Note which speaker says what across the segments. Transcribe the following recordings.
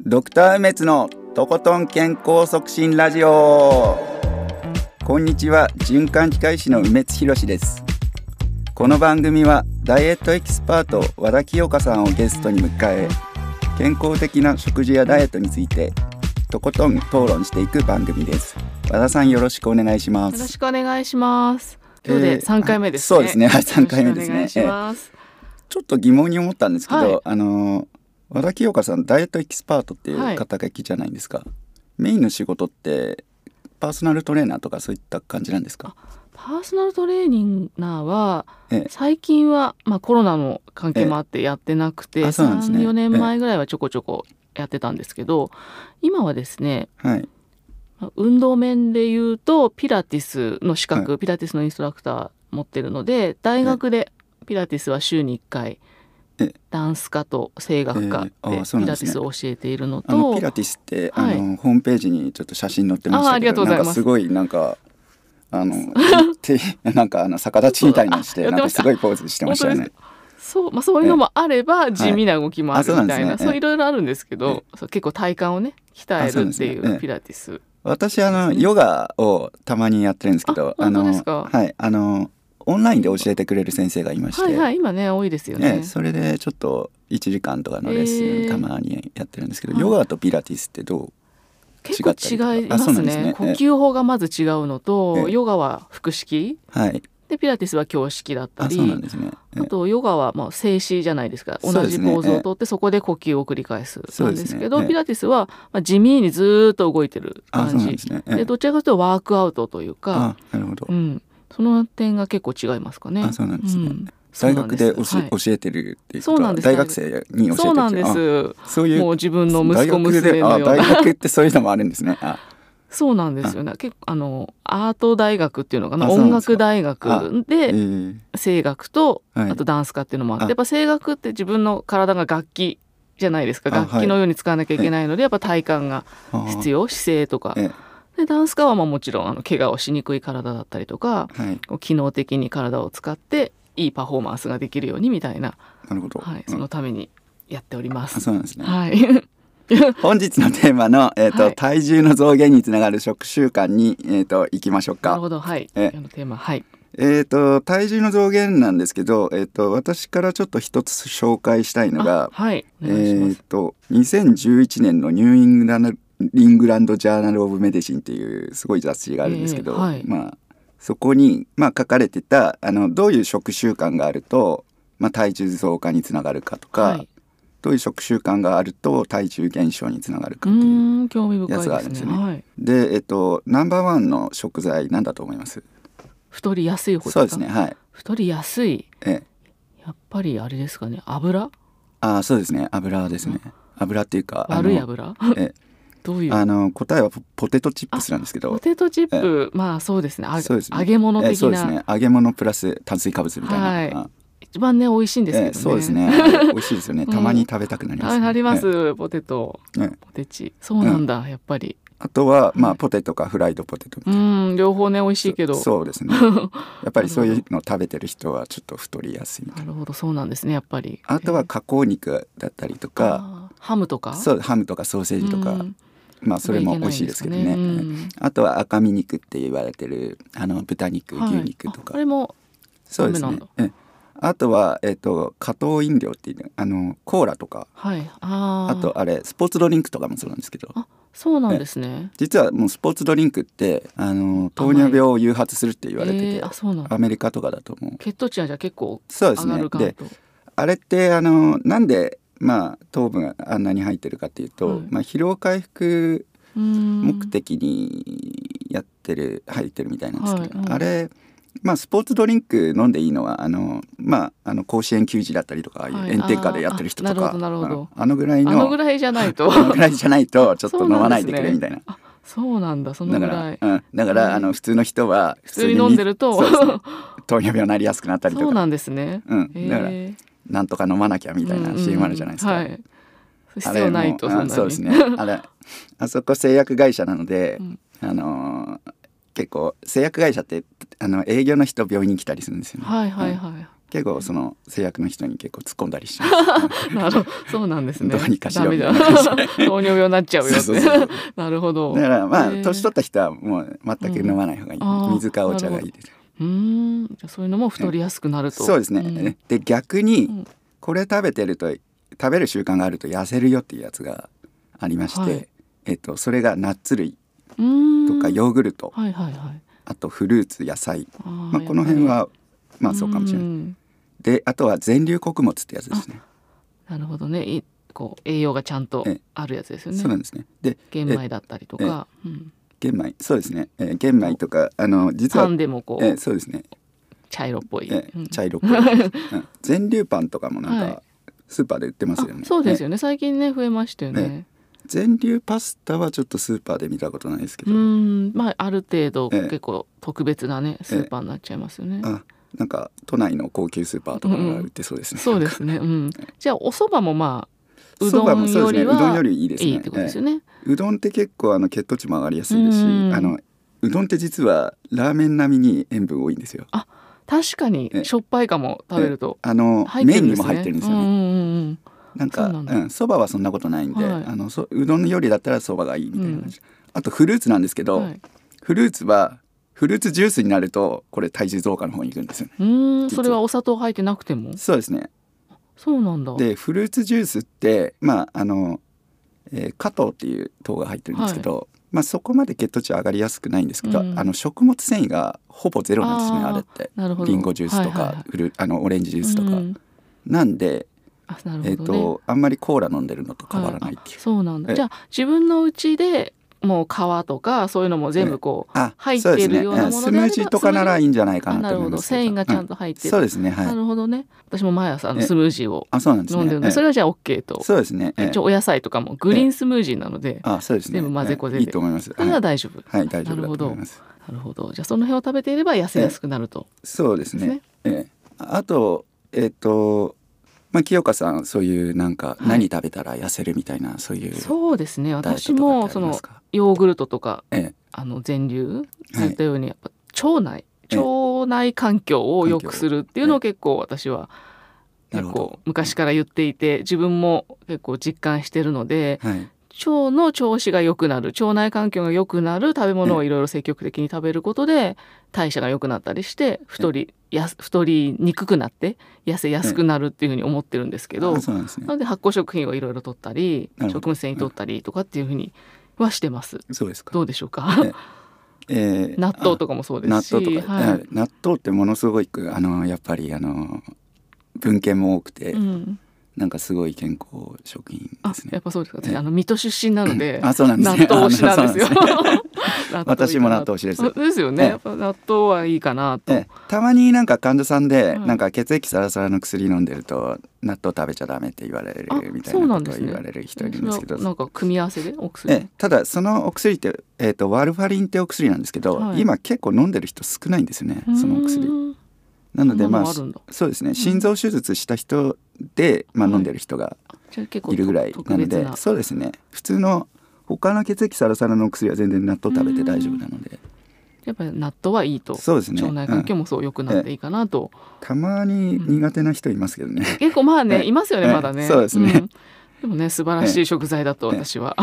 Speaker 1: ドクター梅津のとことん健康促進ラジオこんにちは循環器科医師の梅津博史ですこの番組はダイエットエキスパート和田清香さんをゲストに迎え健康的な食事やダイエットについてとことん討論していく番組です和田さんよろしくお願いしま
Speaker 2: よろし
Speaker 1: す
Speaker 2: くお願いします。今日で三回目ですね。
Speaker 1: そうですねはい3回目ですね
Speaker 2: よろしくお願いします。
Speaker 1: ちょっと疑問に思ったんですけど、
Speaker 2: はい
Speaker 1: あの和田清香さんダイエットエキスパートっていう肩書きじゃないんですか、メインの仕事ってパーソナルトレーナーとかそういった感じなんですか
Speaker 2: パーソナルトレーニーナーは
Speaker 1: ええ
Speaker 2: 最近はまあコロナの関係もあってやってなく
Speaker 1: ええ
Speaker 2: て、
Speaker 1: あそうなんですね
Speaker 2: 三四年前ぐらいはちょこちょこやってたんですけど、今はですね、
Speaker 1: はい
Speaker 2: まあ運動面で言うとピラティスの資格、
Speaker 1: は
Speaker 2: ピラティスのインストラクター持ってるので、大学でピラティスは週に一回
Speaker 1: え。
Speaker 2: ダンス科と声楽科で
Speaker 1: ええあそう
Speaker 2: ピ
Speaker 1: なん
Speaker 2: ラ
Speaker 1: ですね
Speaker 2: ティスを教えているの
Speaker 1: あ
Speaker 2: と、
Speaker 1: のピラティスって、
Speaker 2: はい
Speaker 1: あのホームページにちょっと写真載ってまし
Speaker 2: ああ
Speaker 1: た
Speaker 2: り
Speaker 1: け
Speaker 2: がと
Speaker 1: ど
Speaker 2: うご
Speaker 1: なん
Speaker 2: ざい
Speaker 1: か
Speaker 2: ます
Speaker 1: すごいなんかあ のて なんかあの逆立ちみたいなのして
Speaker 2: あや
Speaker 1: なんか
Speaker 2: ってまし
Speaker 1: す
Speaker 2: た
Speaker 1: ごいポーズしてましたよ
Speaker 2: 本
Speaker 1: ね。
Speaker 2: そう、まあ、そういうのもあれば地味な動きもあ
Speaker 1: あそ
Speaker 2: る
Speaker 1: うなん
Speaker 2: み
Speaker 1: で
Speaker 2: た
Speaker 1: す
Speaker 2: い
Speaker 1: ねええ
Speaker 2: な、そう,、いろいろあるんですけど、そう結構体幹をね鍛えるって
Speaker 1: あそうなんです
Speaker 2: い
Speaker 1: ねええ
Speaker 2: うピラティス
Speaker 1: 私あのヨガをたまにやってるんですけど、
Speaker 2: あ
Speaker 1: の
Speaker 2: 本当ですか
Speaker 1: はいあのオンラインで教えてくれる先生がいまして、
Speaker 2: はいはい今ね多いですよ
Speaker 1: え
Speaker 2: ね
Speaker 1: え、それでちょっと1時間とかのレッスン
Speaker 2: ええ
Speaker 1: たまにやってるんですけど、
Speaker 2: はい
Speaker 1: ヨガとピラティスってどう
Speaker 2: 結構違いま
Speaker 1: 違ったりとかあそうな
Speaker 2: す
Speaker 1: んで
Speaker 2: ね
Speaker 1: すね
Speaker 2: 呼吸法がまず違うのと、
Speaker 1: ええ
Speaker 2: ヨガは腹式
Speaker 1: はい
Speaker 2: でピラティスは胸式だった
Speaker 1: あ
Speaker 2: り
Speaker 1: そうなんですね、ええ
Speaker 2: あとヨガはまあ静止じゃないですか同
Speaker 1: そうです
Speaker 2: じ
Speaker 1: ね
Speaker 2: ポーズをとってそこで呼吸を繰り返す
Speaker 1: そう
Speaker 2: な
Speaker 1: ですね
Speaker 2: んですけど
Speaker 1: ええ
Speaker 2: ピラティスはまあ地味にずーっと動いてる
Speaker 1: あそう
Speaker 2: 感
Speaker 1: なん
Speaker 2: じ
Speaker 1: ですね、ええ
Speaker 2: でどちらかというとワークアウトというか
Speaker 1: あなるほど、
Speaker 2: うん、その点が結構違いますかね。
Speaker 1: あそうなんですね
Speaker 2: ん
Speaker 1: 大学で教え,、
Speaker 2: はい
Speaker 1: 教えてるっていう
Speaker 2: そう
Speaker 1: こと
Speaker 2: な
Speaker 1: は
Speaker 2: んです
Speaker 1: 大学生に教えてる
Speaker 2: そうなんで
Speaker 1: あ
Speaker 2: す。
Speaker 1: そういう
Speaker 2: もう自分の息子
Speaker 1: 大学で
Speaker 2: 娘のよう
Speaker 1: あ
Speaker 2: な。
Speaker 1: 大学ってそういうのもあるんですね あ
Speaker 2: そうなんですよね。結構あのアート大学っていうのか
Speaker 1: あ
Speaker 2: な、
Speaker 1: そうなん
Speaker 2: 音
Speaker 1: ですか
Speaker 2: 楽大学
Speaker 1: え
Speaker 2: で
Speaker 1: え
Speaker 2: 声楽と、
Speaker 1: はい
Speaker 2: あとダンス科っていうのもあって、
Speaker 1: あ
Speaker 2: やっぱ声楽って自分の体が楽器じゃないですか。
Speaker 1: あ
Speaker 2: 楽器のように使わなきゃいけないので、やっぱ体幹が
Speaker 1: あ
Speaker 2: 必要、姿勢とか
Speaker 1: え。
Speaker 2: でダンス科はまあもちろんあの怪我をしにくい体だったりとか、
Speaker 1: はい
Speaker 2: こう機能的に体を使っていいパフォーマンスができるようにみたいな、
Speaker 1: なるほど、
Speaker 2: はい、
Speaker 1: うん
Speaker 2: そのためにやっておりま
Speaker 1: あ
Speaker 2: す。
Speaker 1: そうなんですね、
Speaker 2: はい。
Speaker 1: 本日のテーマの、えーと
Speaker 2: はい
Speaker 1: 体重の増減につながる食習慣に、えー、と行きましょう
Speaker 2: な
Speaker 1: か
Speaker 2: るほど、はい。
Speaker 1: え
Speaker 2: 今日のテーマ、はい。
Speaker 1: えー、と体重の増減なんですけど、えー、と私からちょっと一つ紹介したいの
Speaker 2: あ
Speaker 1: が、
Speaker 2: はい。お
Speaker 1: え
Speaker 2: 願いします
Speaker 1: ー、。と2011年のニューイングランド・イングランドジャーナル・オブ・メディシンっていうすごい雑誌があるんですけど、
Speaker 2: えーはい
Speaker 1: まあ、そこに、まあ、書かれてたあのどういう食習慣があると、まあ、体重増加につながるかとか、
Speaker 2: はい。
Speaker 1: どういう食習慣があると体重減少につながる
Speaker 2: う
Speaker 1: かっていう。
Speaker 2: ーん、興味深い
Speaker 1: やつがあるん
Speaker 2: で
Speaker 1: です
Speaker 2: す
Speaker 1: よ
Speaker 2: ね。
Speaker 1: ね
Speaker 2: はい。
Speaker 1: で、えっと、ナンバーワンの食材なんだと思います
Speaker 2: 太りやすい方ですか。
Speaker 1: そうですね。はい
Speaker 2: 太りやすい。
Speaker 1: ええ
Speaker 2: やっぱりあれですかね。油。
Speaker 1: あーそうですね油ですね油っていうかあの
Speaker 2: 悪い油。
Speaker 1: え
Speaker 2: どうい
Speaker 1: あ
Speaker 2: う。
Speaker 1: の答えはポポテトチップスなんですけ
Speaker 2: ポ
Speaker 1: ど
Speaker 2: テトチップ、まあ、そうですね。あ
Speaker 1: そうですね
Speaker 2: 揚げ物
Speaker 1: ええ
Speaker 2: 的
Speaker 1: そうです
Speaker 2: な。
Speaker 1: ね揚げ物プラス炭水化物みたいな、
Speaker 2: はい
Speaker 1: あ
Speaker 2: 一番ね、美味しいんです
Speaker 1: え
Speaker 2: け
Speaker 1: え
Speaker 2: どね。
Speaker 1: そうです ね美味しいですよねたまに食べたくなりますね、
Speaker 2: あ、なりま
Speaker 1: え
Speaker 2: す。ポテト。
Speaker 1: えええ
Speaker 2: ポテチ。そうなんだ。やっぱり。
Speaker 1: あとは、まあ、
Speaker 2: はい
Speaker 1: ポテトかフライドポテトみた
Speaker 2: う
Speaker 1: いな、
Speaker 2: ん、両方ね、美味しいけど。
Speaker 1: そうですね やっぱりそういうの食べてる人はちょっと太りやすいみたい
Speaker 2: な
Speaker 1: な
Speaker 2: るほど、そうなんですね、やっぱり。
Speaker 1: あとは加工肉だったりと
Speaker 2: えー
Speaker 1: か、
Speaker 2: あーハムとか。
Speaker 1: そうハムとかソーセージとか、
Speaker 2: うん
Speaker 1: まあそれも美味しいですけどね
Speaker 2: いけないんですかね
Speaker 1: あとは赤身肉って言われてるあの豚肉、
Speaker 2: うんはい
Speaker 1: 牛肉と
Speaker 2: あ
Speaker 1: か
Speaker 2: これも、
Speaker 1: そうです
Speaker 2: ダメ
Speaker 1: ね
Speaker 2: なんだ
Speaker 1: ええあとは、えっと加糖飲料っていうあのコーラとか
Speaker 2: はい、あ
Speaker 1: あ
Speaker 2: ー
Speaker 1: とあれスポーツドリンクとかもそうなんですけど
Speaker 2: あそうなんですね。
Speaker 1: 実はもうスポーツドリンクってあの糖尿病を誘発するって言われてて、
Speaker 2: えーあ、そうなんだ
Speaker 1: ア。メリカとかだと思う
Speaker 2: 血糖値はじゃあ結構
Speaker 1: そうで
Speaker 2: 上
Speaker 1: す
Speaker 2: が
Speaker 1: ね
Speaker 2: るか
Speaker 1: で
Speaker 2: と。
Speaker 1: あれってあのなんでまあ糖分があんなに入ってるかっていうと、
Speaker 2: はい
Speaker 1: まあ、疲労回復
Speaker 2: 目
Speaker 1: 目的にやってる入ってるみたいなんですけど、
Speaker 2: はいうん
Speaker 1: あれまあスポーツドリンク飲んでいいのはあのまああの甲子園球児だったりとか、ああいう
Speaker 2: はい
Speaker 1: 炎天下でやってる人とか
Speaker 2: あーなるほどなるほど
Speaker 1: ああのぐらいの
Speaker 2: あのぐらいじゃな いと
Speaker 1: あ。のぐらいじゃないとちょっと
Speaker 2: そう
Speaker 1: 飲
Speaker 2: な
Speaker 1: ま
Speaker 2: んですね
Speaker 1: ないでくれみたいな。
Speaker 2: そうなんだ、その
Speaker 1: だ
Speaker 2: ぐ
Speaker 1: からら
Speaker 2: い、。
Speaker 1: うん、だから、
Speaker 2: はい
Speaker 1: あの普通の人は普
Speaker 2: 普通に飲んでると、
Speaker 1: そうですね
Speaker 2: そ
Speaker 1: 糖尿病になりやすくなったりと
Speaker 2: う
Speaker 1: か
Speaker 2: なんですね。
Speaker 1: うん、だから
Speaker 2: へー
Speaker 1: なんとか飲まなきゃみたいな CM あるじゃないですか、
Speaker 2: うんうんはい。必要ないと
Speaker 1: あれ
Speaker 2: そ
Speaker 1: もあ
Speaker 2: んな
Speaker 1: そう
Speaker 2: に
Speaker 1: です ねあれあそこ製薬会社なので、
Speaker 2: うん
Speaker 1: あのー結構製薬会社ってあの営業の人病院に来たりするんですよね、
Speaker 2: はいはいはい。
Speaker 1: 結構その制約の人に結構突っ込んだりしま
Speaker 2: なるほどそうなんですね。
Speaker 1: どうにかしろ
Speaker 2: ダメだ。
Speaker 1: みたいな感
Speaker 2: 糖尿病になっちゃうよ
Speaker 1: すそうそうそう
Speaker 2: って。 なるほど。
Speaker 1: だ
Speaker 2: う
Speaker 1: からまあ
Speaker 2: へー
Speaker 1: 年取った人はもう全く飲まない方がいい、
Speaker 2: うんあー
Speaker 1: 水かお茶がいいです
Speaker 2: ーん。じゃあそういうのも太りやすくなると。
Speaker 1: そうですね、
Speaker 2: ん
Speaker 1: で逆に
Speaker 2: うん
Speaker 1: これ食べてると食べる習慣があると痩せるよっていうやつがありまして、
Speaker 2: はい
Speaker 1: えっと、それがナッツ類
Speaker 2: うーん
Speaker 1: とかヨーグルト、
Speaker 2: はいはいはい。
Speaker 1: あとフルーツ野菜、
Speaker 2: あー
Speaker 1: まあ、この辺
Speaker 2: やっ
Speaker 1: は
Speaker 2: ぱり
Speaker 1: まあそうかもしれない、
Speaker 2: うん
Speaker 1: であとは全粒穀物ってやつですね
Speaker 2: なるほどね。いこう栄養がちゃんと
Speaker 1: ええ
Speaker 2: あるやつですよ
Speaker 1: そうなん
Speaker 2: ね。
Speaker 1: ですねで
Speaker 2: 玄米だったりとか、うん
Speaker 1: 玄米そうですね、えー玄米とかあの実
Speaker 2: パ
Speaker 1: は
Speaker 2: ンでもこ
Speaker 1: えー
Speaker 2: う
Speaker 1: そうですね、
Speaker 2: 茶色っぽい。
Speaker 1: えー
Speaker 2: うん
Speaker 1: 茶色っぽい、 うん全粒パンとかもなん
Speaker 2: はい
Speaker 1: かスーパーで売ってますよね、
Speaker 2: あそうです
Speaker 1: ね
Speaker 2: よね。最近ね増えましたよね
Speaker 1: ね。全粒パスタはちょっとスーパーで見たことないですけ
Speaker 2: う
Speaker 1: ど、
Speaker 2: ん、まあある程度
Speaker 1: ええ
Speaker 2: 結構特別なねスーパーになっちゃいますよね。
Speaker 1: あなんか都内の高級スーパーとかが売ってそうですね、
Speaker 2: そうですね。うん。じゃあお蕎麦もまあう
Speaker 1: そば
Speaker 2: ど
Speaker 1: も
Speaker 2: ん
Speaker 1: そう
Speaker 2: よ
Speaker 1: です
Speaker 2: り
Speaker 1: ねうどん
Speaker 2: は
Speaker 1: よりいいですね
Speaker 2: いいってことですよ
Speaker 1: え
Speaker 2: ね。
Speaker 1: えうどんって結構あの血糖値も上がりやすいですし
Speaker 2: うん
Speaker 1: あのうどんって実はラーメン並みに塩分多いんですよ
Speaker 2: 確かに
Speaker 1: ええ
Speaker 2: しょっぱいかも食べると
Speaker 1: あの、
Speaker 2: 入ってる
Speaker 1: 麺に
Speaker 2: んです
Speaker 1: も
Speaker 2: ね。
Speaker 1: 入ってるんですよね、
Speaker 2: うんうん
Speaker 1: なんか
Speaker 2: そうなんだ
Speaker 1: うんそば、はそんなことないんで、
Speaker 2: はい
Speaker 1: あのそうどんよりだったらそばがいいみたいな感じ、あとフルーツなんですけ
Speaker 2: う
Speaker 1: ど、
Speaker 2: ん。はい。
Speaker 1: フルーツはフルーツジュースになるとこれ体重増加の方に行くんですよね
Speaker 2: うーん、それはお砂糖入ってなくても。
Speaker 1: そうですね
Speaker 2: そうなんだ。
Speaker 1: でフルーツジュースってまああの、えー、加糖っていう糖が入ってるんですけど、まあそこまで血糖値上がりやすくないんですけど、
Speaker 2: うん
Speaker 1: あの食物繊維がほぼゼロなんですね
Speaker 2: あ
Speaker 1: あ
Speaker 2: ー
Speaker 1: れって
Speaker 2: なるほど。
Speaker 1: リンゴジュースとか、
Speaker 2: はいはいはい
Speaker 1: フルあのオレンジジュースとか、
Speaker 2: うん
Speaker 1: なんで、
Speaker 2: あ、な
Speaker 1: え
Speaker 2: る
Speaker 1: っ、
Speaker 2: ほどね。
Speaker 1: とあんまりコーラ飲んでるのと変わらないっ
Speaker 2: は
Speaker 1: て
Speaker 2: あ
Speaker 1: いう、
Speaker 2: そうなん
Speaker 1: え
Speaker 2: だ。
Speaker 1: え
Speaker 2: じゃあ自分の家でもう皮とかそういうのも全部こう。
Speaker 1: あ
Speaker 2: 入って
Speaker 1: そうですね
Speaker 2: るようなものであれば
Speaker 1: んスムージーとかならいいんじゃないか
Speaker 2: あ
Speaker 1: な
Speaker 2: な
Speaker 1: と
Speaker 2: る
Speaker 1: 思い
Speaker 2: ほ
Speaker 1: ま
Speaker 2: ど
Speaker 1: すけど
Speaker 2: 繊維がちゃん
Speaker 1: と
Speaker 2: と入って
Speaker 1: そう
Speaker 2: る、
Speaker 1: ですねはい
Speaker 2: なるほどね私も毎朝あの
Speaker 1: ええ
Speaker 2: スムージーを
Speaker 1: あそうなんです
Speaker 2: 飲
Speaker 1: ね
Speaker 2: んでるん
Speaker 1: え
Speaker 2: で、
Speaker 1: え
Speaker 2: それはじゃあ OK と
Speaker 1: そうですね、ええ
Speaker 2: 一応お野菜とかもグリーンスムージーなので、
Speaker 1: あそうですね
Speaker 2: 全部混ぜこぜ
Speaker 1: ええ
Speaker 2: で
Speaker 1: いいと思います
Speaker 2: それは
Speaker 1: はい
Speaker 2: 大丈夫、
Speaker 1: はい大丈
Speaker 2: なる
Speaker 1: 夫
Speaker 2: ほ
Speaker 1: だと
Speaker 2: ど
Speaker 1: 思います
Speaker 2: なるほどじゃあその辺を食べていれば痩せやすくなると、
Speaker 1: そうです
Speaker 2: です
Speaker 1: ね
Speaker 2: ね。
Speaker 1: ええ、あと、えっ、と、まあ、清香さん、そういうなんか、
Speaker 2: はい
Speaker 1: 何食べたら痩せるみたいな、そういう。
Speaker 2: そうですね
Speaker 1: ダイエット
Speaker 2: 私
Speaker 1: と
Speaker 2: も
Speaker 1: かってあ
Speaker 2: そ
Speaker 1: りま
Speaker 2: の
Speaker 1: すか
Speaker 2: ヨーグルトとか
Speaker 1: ええ、
Speaker 2: あの全粒
Speaker 1: はい
Speaker 2: 言ったようにやっぱ腸内
Speaker 1: ええ
Speaker 2: 腸内環境を良くするっていうのを結構私は
Speaker 1: な
Speaker 2: 結
Speaker 1: るほ
Speaker 2: 構
Speaker 1: ど。
Speaker 2: 昔から言っていて自分も結構実感してるので
Speaker 1: はい。
Speaker 2: 腸の調子が良くなる腸内環境が良くなる食べ物をいろいろ積極的に食べることで代謝が良くなったりして太りやす太りにくくなって痩せやすくなるっていうふうに思ってるんですけど
Speaker 1: あそうなんですね
Speaker 2: な。ので発酵食品をいろいろ取ったり
Speaker 1: なるほど
Speaker 2: 食物繊維取ったりとかっていうふうにはしてます。
Speaker 1: そうですか。
Speaker 2: どうでしょうか
Speaker 1: えええ
Speaker 2: 納豆
Speaker 1: か
Speaker 2: とかもそうで
Speaker 1: 納
Speaker 2: すし
Speaker 1: 豆とか、
Speaker 2: は
Speaker 1: ええ
Speaker 2: い
Speaker 1: 納豆ってものすごく、あの、やっぱり、あの。文献も多くて、
Speaker 2: うん、
Speaker 1: なんかすごい健康食品
Speaker 2: あ
Speaker 1: です
Speaker 2: や
Speaker 1: ね
Speaker 2: っ。ぱそうですか
Speaker 1: え
Speaker 2: 私
Speaker 1: え
Speaker 2: あの水戸出身なので
Speaker 1: あ、そうなんです
Speaker 2: 納
Speaker 1: ね。
Speaker 2: 豆推しなんですよ
Speaker 1: あそう。
Speaker 2: 納豆いいかな
Speaker 1: 私も納豆推しです
Speaker 2: あですよね。
Speaker 1: ええ
Speaker 2: やっぱ納豆はいいかなと。
Speaker 1: ええたまになんか患者さんで、
Speaker 2: うん
Speaker 1: なんか血液サラサラの薬飲んでると納豆食べちゃダメって言われる
Speaker 2: あ
Speaker 1: みたい
Speaker 2: そう
Speaker 1: な
Speaker 2: な
Speaker 1: こ
Speaker 2: んで
Speaker 1: とを
Speaker 2: すね
Speaker 1: 言われる人いるんですけど
Speaker 2: それはなんか組み合わせでお薬。
Speaker 1: ええただそのお薬って、えー、とワルファリンってお薬なんですけど、
Speaker 2: はい
Speaker 1: 今結構飲んでる人少ないんですよねそのお
Speaker 2: う
Speaker 1: 薬。
Speaker 2: ーん
Speaker 1: なので
Speaker 2: そんな
Speaker 1: まあ
Speaker 2: のあるんだ
Speaker 1: そうですね心臓手術した人で、まあ、
Speaker 2: はい
Speaker 1: 飲んでる人が
Speaker 2: じゃあ結構
Speaker 1: いるぐらい
Speaker 2: 特
Speaker 1: なの
Speaker 2: 別
Speaker 1: で、
Speaker 2: な
Speaker 1: そうですね普通の他の血液サラサラのお薬は全然納豆食べて大丈夫なので、
Speaker 2: やっぱり納豆はいいと。
Speaker 1: そうですね、
Speaker 2: 腸内環境
Speaker 1: うん
Speaker 2: もそう良くなっていいかなと。
Speaker 1: たまに苦手な人いますけどね。
Speaker 2: 結構まあ
Speaker 1: え
Speaker 2: ね
Speaker 1: え
Speaker 2: いますよね
Speaker 1: ええ
Speaker 2: まだね。
Speaker 1: そうですね
Speaker 2: んでもね素晴らしい食材だと私は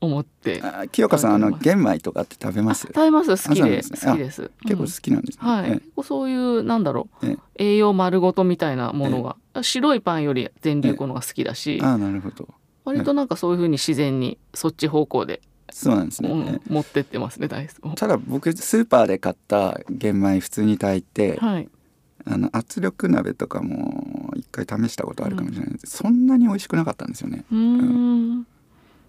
Speaker 2: 思って。
Speaker 1: あ清香さんあの
Speaker 2: 食べ
Speaker 1: 玄米とかって食べます
Speaker 2: 食べます好き
Speaker 1: あそうなん
Speaker 2: で
Speaker 1: ですすね
Speaker 2: 好きです。
Speaker 1: 結構好
Speaker 2: うん
Speaker 1: きなんですね、
Speaker 2: はい、
Speaker 1: え
Speaker 2: 結構そういうなんだろう
Speaker 1: え
Speaker 2: 栄養丸ごとみたいなものが、白いパンより全粒粉のが好きだし、
Speaker 1: えああなるほど
Speaker 2: 割となんかそういうふうに自然にそっち方向で、
Speaker 1: そうなんですね、
Speaker 2: う
Speaker 1: え
Speaker 2: ん、持ってってますね大好
Speaker 1: えただ僕スーパーで買った玄米普通に炊いて、
Speaker 2: はい
Speaker 1: あの圧力鍋とかも一回試したことあるかもしれないです、そんなに美味しくなかったんですよね
Speaker 2: うーん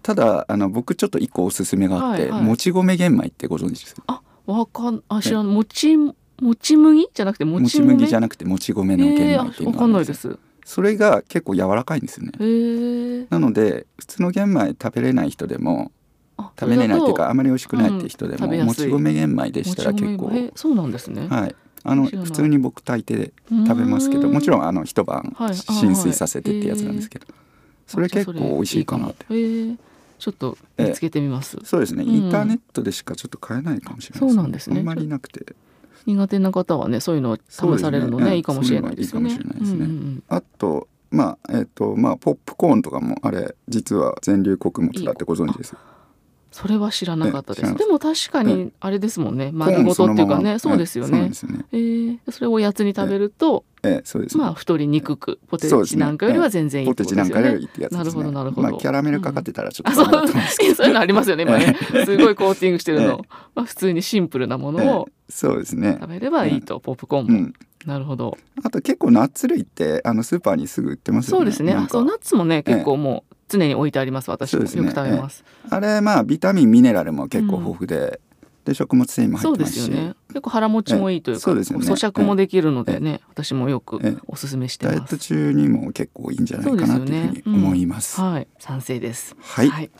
Speaker 1: ただあの僕ちょっと一個おすすめがあって、
Speaker 2: はいはい
Speaker 1: もち米玄米ってご存知ですか
Speaker 2: わかんあ知らんもちもち麦じゃなくても
Speaker 1: も
Speaker 2: ち
Speaker 1: ち
Speaker 2: 米
Speaker 1: 麦じゃなくてもち米の玄
Speaker 2: え
Speaker 1: 米ってい
Speaker 2: ー、
Speaker 1: う
Speaker 2: あ
Speaker 1: のがあ
Speaker 2: わかん
Speaker 1: る
Speaker 2: なんい
Speaker 1: ですよ
Speaker 2: ですへ
Speaker 1: それが結構柔らかいんですよね
Speaker 2: えー、
Speaker 1: なので普通の玄米食べれない人でも
Speaker 2: あ
Speaker 1: 食べれないっていうかあまり美味しくないって人で
Speaker 2: うん
Speaker 1: も、
Speaker 2: 食べや
Speaker 1: も
Speaker 2: す
Speaker 1: ち
Speaker 2: い
Speaker 1: 米玄米で
Speaker 2: それ
Speaker 1: し
Speaker 2: だ
Speaker 1: た
Speaker 2: と
Speaker 1: ら
Speaker 2: も
Speaker 1: 結
Speaker 2: ち米
Speaker 1: 構
Speaker 2: もえそうなんですね、
Speaker 1: はい。あの
Speaker 2: 知らない
Speaker 1: 普通に僕炊いて食べますけ
Speaker 2: うー
Speaker 1: ど、
Speaker 2: ん
Speaker 1: もちろんあの一晩
Speaker 2: はい
Speaker 1: 浸水させてってやつなんですけど、それ
Speaker 2: あじゃあ
Speaker 1: 結構美味しいかなって。
Speaker 2: それいいかもへえちょっと見つけてみます、
Speaker 1: そうですね。
Speaker 2: うん
Speaker 1: インターネットでしかちょっと買えないかもしれない
Speaker 2: そうなんですね
Speaker 1: あんまりなくて、
Speaker 2: 苦手な方はねそういうのを試されるのね
Speaker 1: そうですねうん
Speaker 2: いいかもしれないですよね。
Speaker 1: そういうのがいいかもしれないですね
Speaker 2: うんうんうん
Speaker 1: あとまあえっ、とまあポップコーンとかもあれ実は全粒穀物だってご存知です
Speaker 2: それは知らなかったで
Speaker 1: ええ
Speaker 2: す。
Speaker 1: 知
Speaker 2: で
Speaker 1: ら
Speaker 2: も確かにあれですもんね丸ごとっていうかねそうですよ
Speaker 1: ええそうなん
Speaker 2: ね
Speaker 1: で。すよね
Speaker 2: えーそれをおやつに食べると
Speaker 1: ええそうですね
Speaker 2: まあ太りにくくポテ
Speaker 1: そうです
Speaker 2: チ
Speaker 1: ね
Speaker 2: なんかよりは全然いい
Speaker 1: ポ
Speaker 2: って
Speaker 1: テ
Speaker 2: こ
Speaker 1: チ
Speaker 2: と
Speaker 1: なんか
Speaker 2: ですよね
Speaker 1: よりいいってやつですね
Speaker 2: なるほどなるほど
Speaker 1: まあキャラメルかかってたらちょ
Speaker 2: あ
Speaker 1: っ
Speaker 2: そ
Speaker 1: と
Speaker 2: う
Speaker 1: ダメだと思うんですけど
Speaker 2: そういうのありますよね今ねすごいコーティングしてるの、まあ、普通にシンプルなものを
Speaker 1: ええそうですね
Speaker 2: 食べればいいと、ポップコーン
Speaker 1: う
Speaker 2: も、
Speaker 1: ん
Speaker 2: なるほど
Speaker 1: あと結構ナッツ類ってあのスーパーにすぐ売ってますよね
Speaker 2: そうですね
Speaker 1: なん
Speaker 2: あ
Speaker 1: か
Speaker 2: そうナッツもね結構もう常に置いてあります私も、
Speaker 1: そうです
Speaker 2: よ
Speaker 1: ね
Speaker 2: く食べます、
Speaker 1: あれまあビタミンミネラルも結構豊富で、で食物繊維も入
Speaker 2: そ
Speaker 1: っ
Speaker 2: う
Speaker 1: て
Speaker 2: で
Speaker 1: ます
Speaker 2: す
Speaker 1: し
Speaker 2: よね結構腹持ちもいいという
Speaker 1: え
Speaker 2: か、
Speaker 1: えそうですよね
Speaker 2: 咀嚼もできるのでね、私もよく
Speaker 1: ええ
Speaker 2: おすすめして
Speaker 1: ダイエッ
Speaker 2: ま
Speaker 1: ト
Speaker 2: す、
Speaker 1: 中にも結構いいんじゃないかなというふうに思います。
Speaker 2: はい賛成です
Speaker 1: はい、
Speaker 2: はい、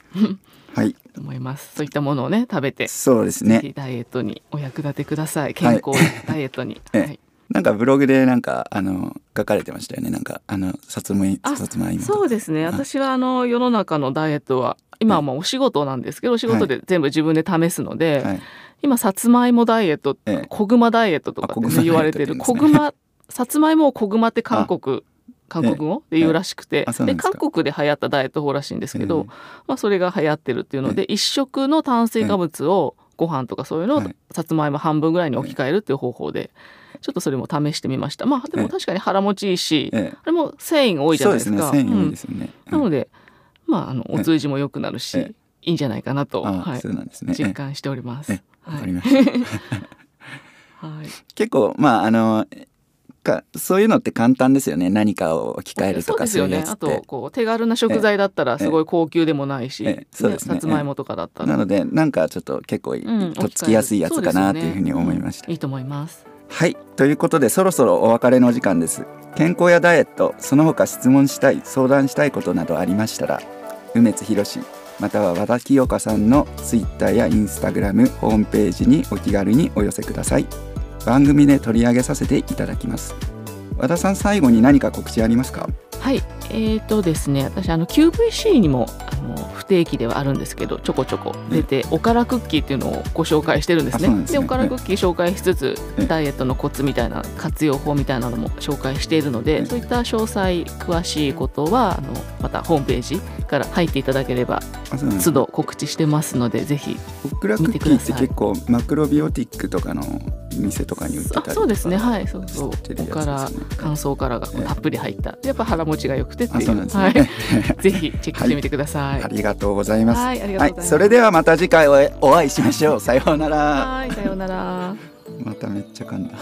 Speaker 1: はい、
Speaker 2: と思いますそういったものをね食べて
Speaker 1: そうです
Speaker 2: ぜ
Speaker 1: ね。
Speaker 2: ひダイエットにお役立てください健康ダイエットに、
Speaker 1: ええ
Speaker 2: はい
Speaker 1: なんかブログでなんかあの書かれてましたよね。なんかあのさつまい
Speaker 2: あ
Speaker 1: さつまいもとか。
Speaker 2: そうですね
Speaker 1: はい
Speaker 2: 私はあの世の中のダイエットは今はまあお仕事なんですけどお仕事で全部自分で試すので、
Speaker 1: はい。
Speaker 2: 今さつまいもダイエット
Speaker 1: ええ
Speaker 2: 小熊ダイエットとかってね、
Speaker 1: あ小熊ダイエット
Speaker 2: 言わ れてる
Speaker 1: って
Speaker 2: 小
Speaker 1: 言うんですね
Speaker 2: 熊さつまいもを小熊って韓国韓国語で言うらしくて、
Speaker 1: あそうな
Speaker 2: で
Speaker 1: んです
Speaker 2: 韓
Speaker 1: か
Speaker 2: 国で流行ったダイエット法らしいんですけど、
Speaker 1: え
Speaker 2: まあ、それが流行ってるっていうので、一食の炭水化物をご飯とかそういうのを
Speaker 1: はい
Speaker 2: さつまいも半分ぐらいに置き換えるっていう方法でちょっとそれも試してみましたまあで
Speaker 1: え
Speaker 2: も
Speaker 1: え
Speaker 2: 確かに腹持ちいいし、
Speaker 1: ええ
Speaker 2: あれも繊維が多いじゃ
Speaker 1: そう
Speaker 2: ない
Speaker 1: で
Speaker 2: ですす
Speaker 1: ね。
Speaker 2: か。
Speaker 1: 繊維多いですすよね。
Speaker 2: うんなの
Speaker 1: で、
Speaker 2: で、まあ、あのお通じも良くなるし、
Speaker 1: ええ
Speaker 2: いいんじゃないかなと、
Speaker 1: あ、
Speaker 2: はい
Speaker 1: そうなんですね。ええ
Speaker 2: 実感しておりま
Speaker 1: え
Speaker 2: す
Speaker 1: え。わ
Speaker 2: は
Speaker 1: か
Speaker 2: い
Speaker 1: りました。
Speaker 2: はい
Speaker 1: 結構まああのかそういうのって簡単ですよね。何かを置き換えると
Speaker 2: そう
Speaker 1: か
Speaker 2: で
Speaker 1: そ
Speaker 2: す
Speaker 1: う
Speaker 2: よ
Speaker 1: いう
Speaker 2: ね
Speaker 1: や。つ
Speaker 2: あ
Speaker 1: っ
Speaker 2: と
Speaker 1: て。
Speaker 2: こう手軽な食材だったらすごい高級でもないし、
Speaker 1: ええええそうですね
Speaker 2: さつまいもとかだったら、
Speaker 1: なのでなんかちょっと結構い
Speaker 2: うん
Speaker 1: とっつきやすいやつかなというふうに思いました。
Speaker 2: いいと思います。
Speaker 1: はいということでそろそろお別れの時間です健康やダイエットその他質問したい相談したいことなどありましたら梅津博士または和田清香さんのツイッターやインスタグラムホームページにお気軽にお寄せください番組で取り上げさせていただきます和田さん最後に何か告知ありますか
Speaker 2: はい、えーとですね、私あの QVC にもあの不定期ではあるんですけど、ちょこちょこ出て、おからクッキーっていうのをご紹介してるんです
Speaker 1: あそう
Speaker 2: ね。
Speaker 1: なんですね
Speaker 2: おからクッキー紹介しつつ
Speaker 1: ええ、
Speaker 2: ダイエットのコツみたいな活用法みたいなのも紹介しているの
Speaker 1: ええ
Speaker 2: で、そういった詳細詳しいことはあのまたホームページから入っていただければ
Speaker 1: あそうなんです
Speaker 2: 都度告知してますので、ぜひ
Speaker 1: オクラクッキーって結構マクロビオティックとかの店とかに売ってたりと
Speaker 2: あ
Speaker 1: か
Speaker 2: そうですねはいそうそう
Speaker 1: 知ってるやつですね
Speaker 2: おから乾燥からがこう
Speaker 1: ええ
Speaker 2: たっぷり入ったやっぱ腹持ちが良くてって
Speaker 1: あ
Speaker 2: い
Speaker 1: そう
Speaker 2: う
Speaker 1: なんですね、
Speaker 2: はいぜひチェックしてみてくださ い
Speaker 1: ありがとうございます
Speaker 2: はいありが
Speaker 1: は
Speaker 2: とう
Speaker 1: い
Speaker 2: ござい、ます
Speaker 1: それではまた次回お会いお会いしましょう。さようなら。
Speaker 2: はいさようなら
Speaker 1: まためっちゃ噛んだ。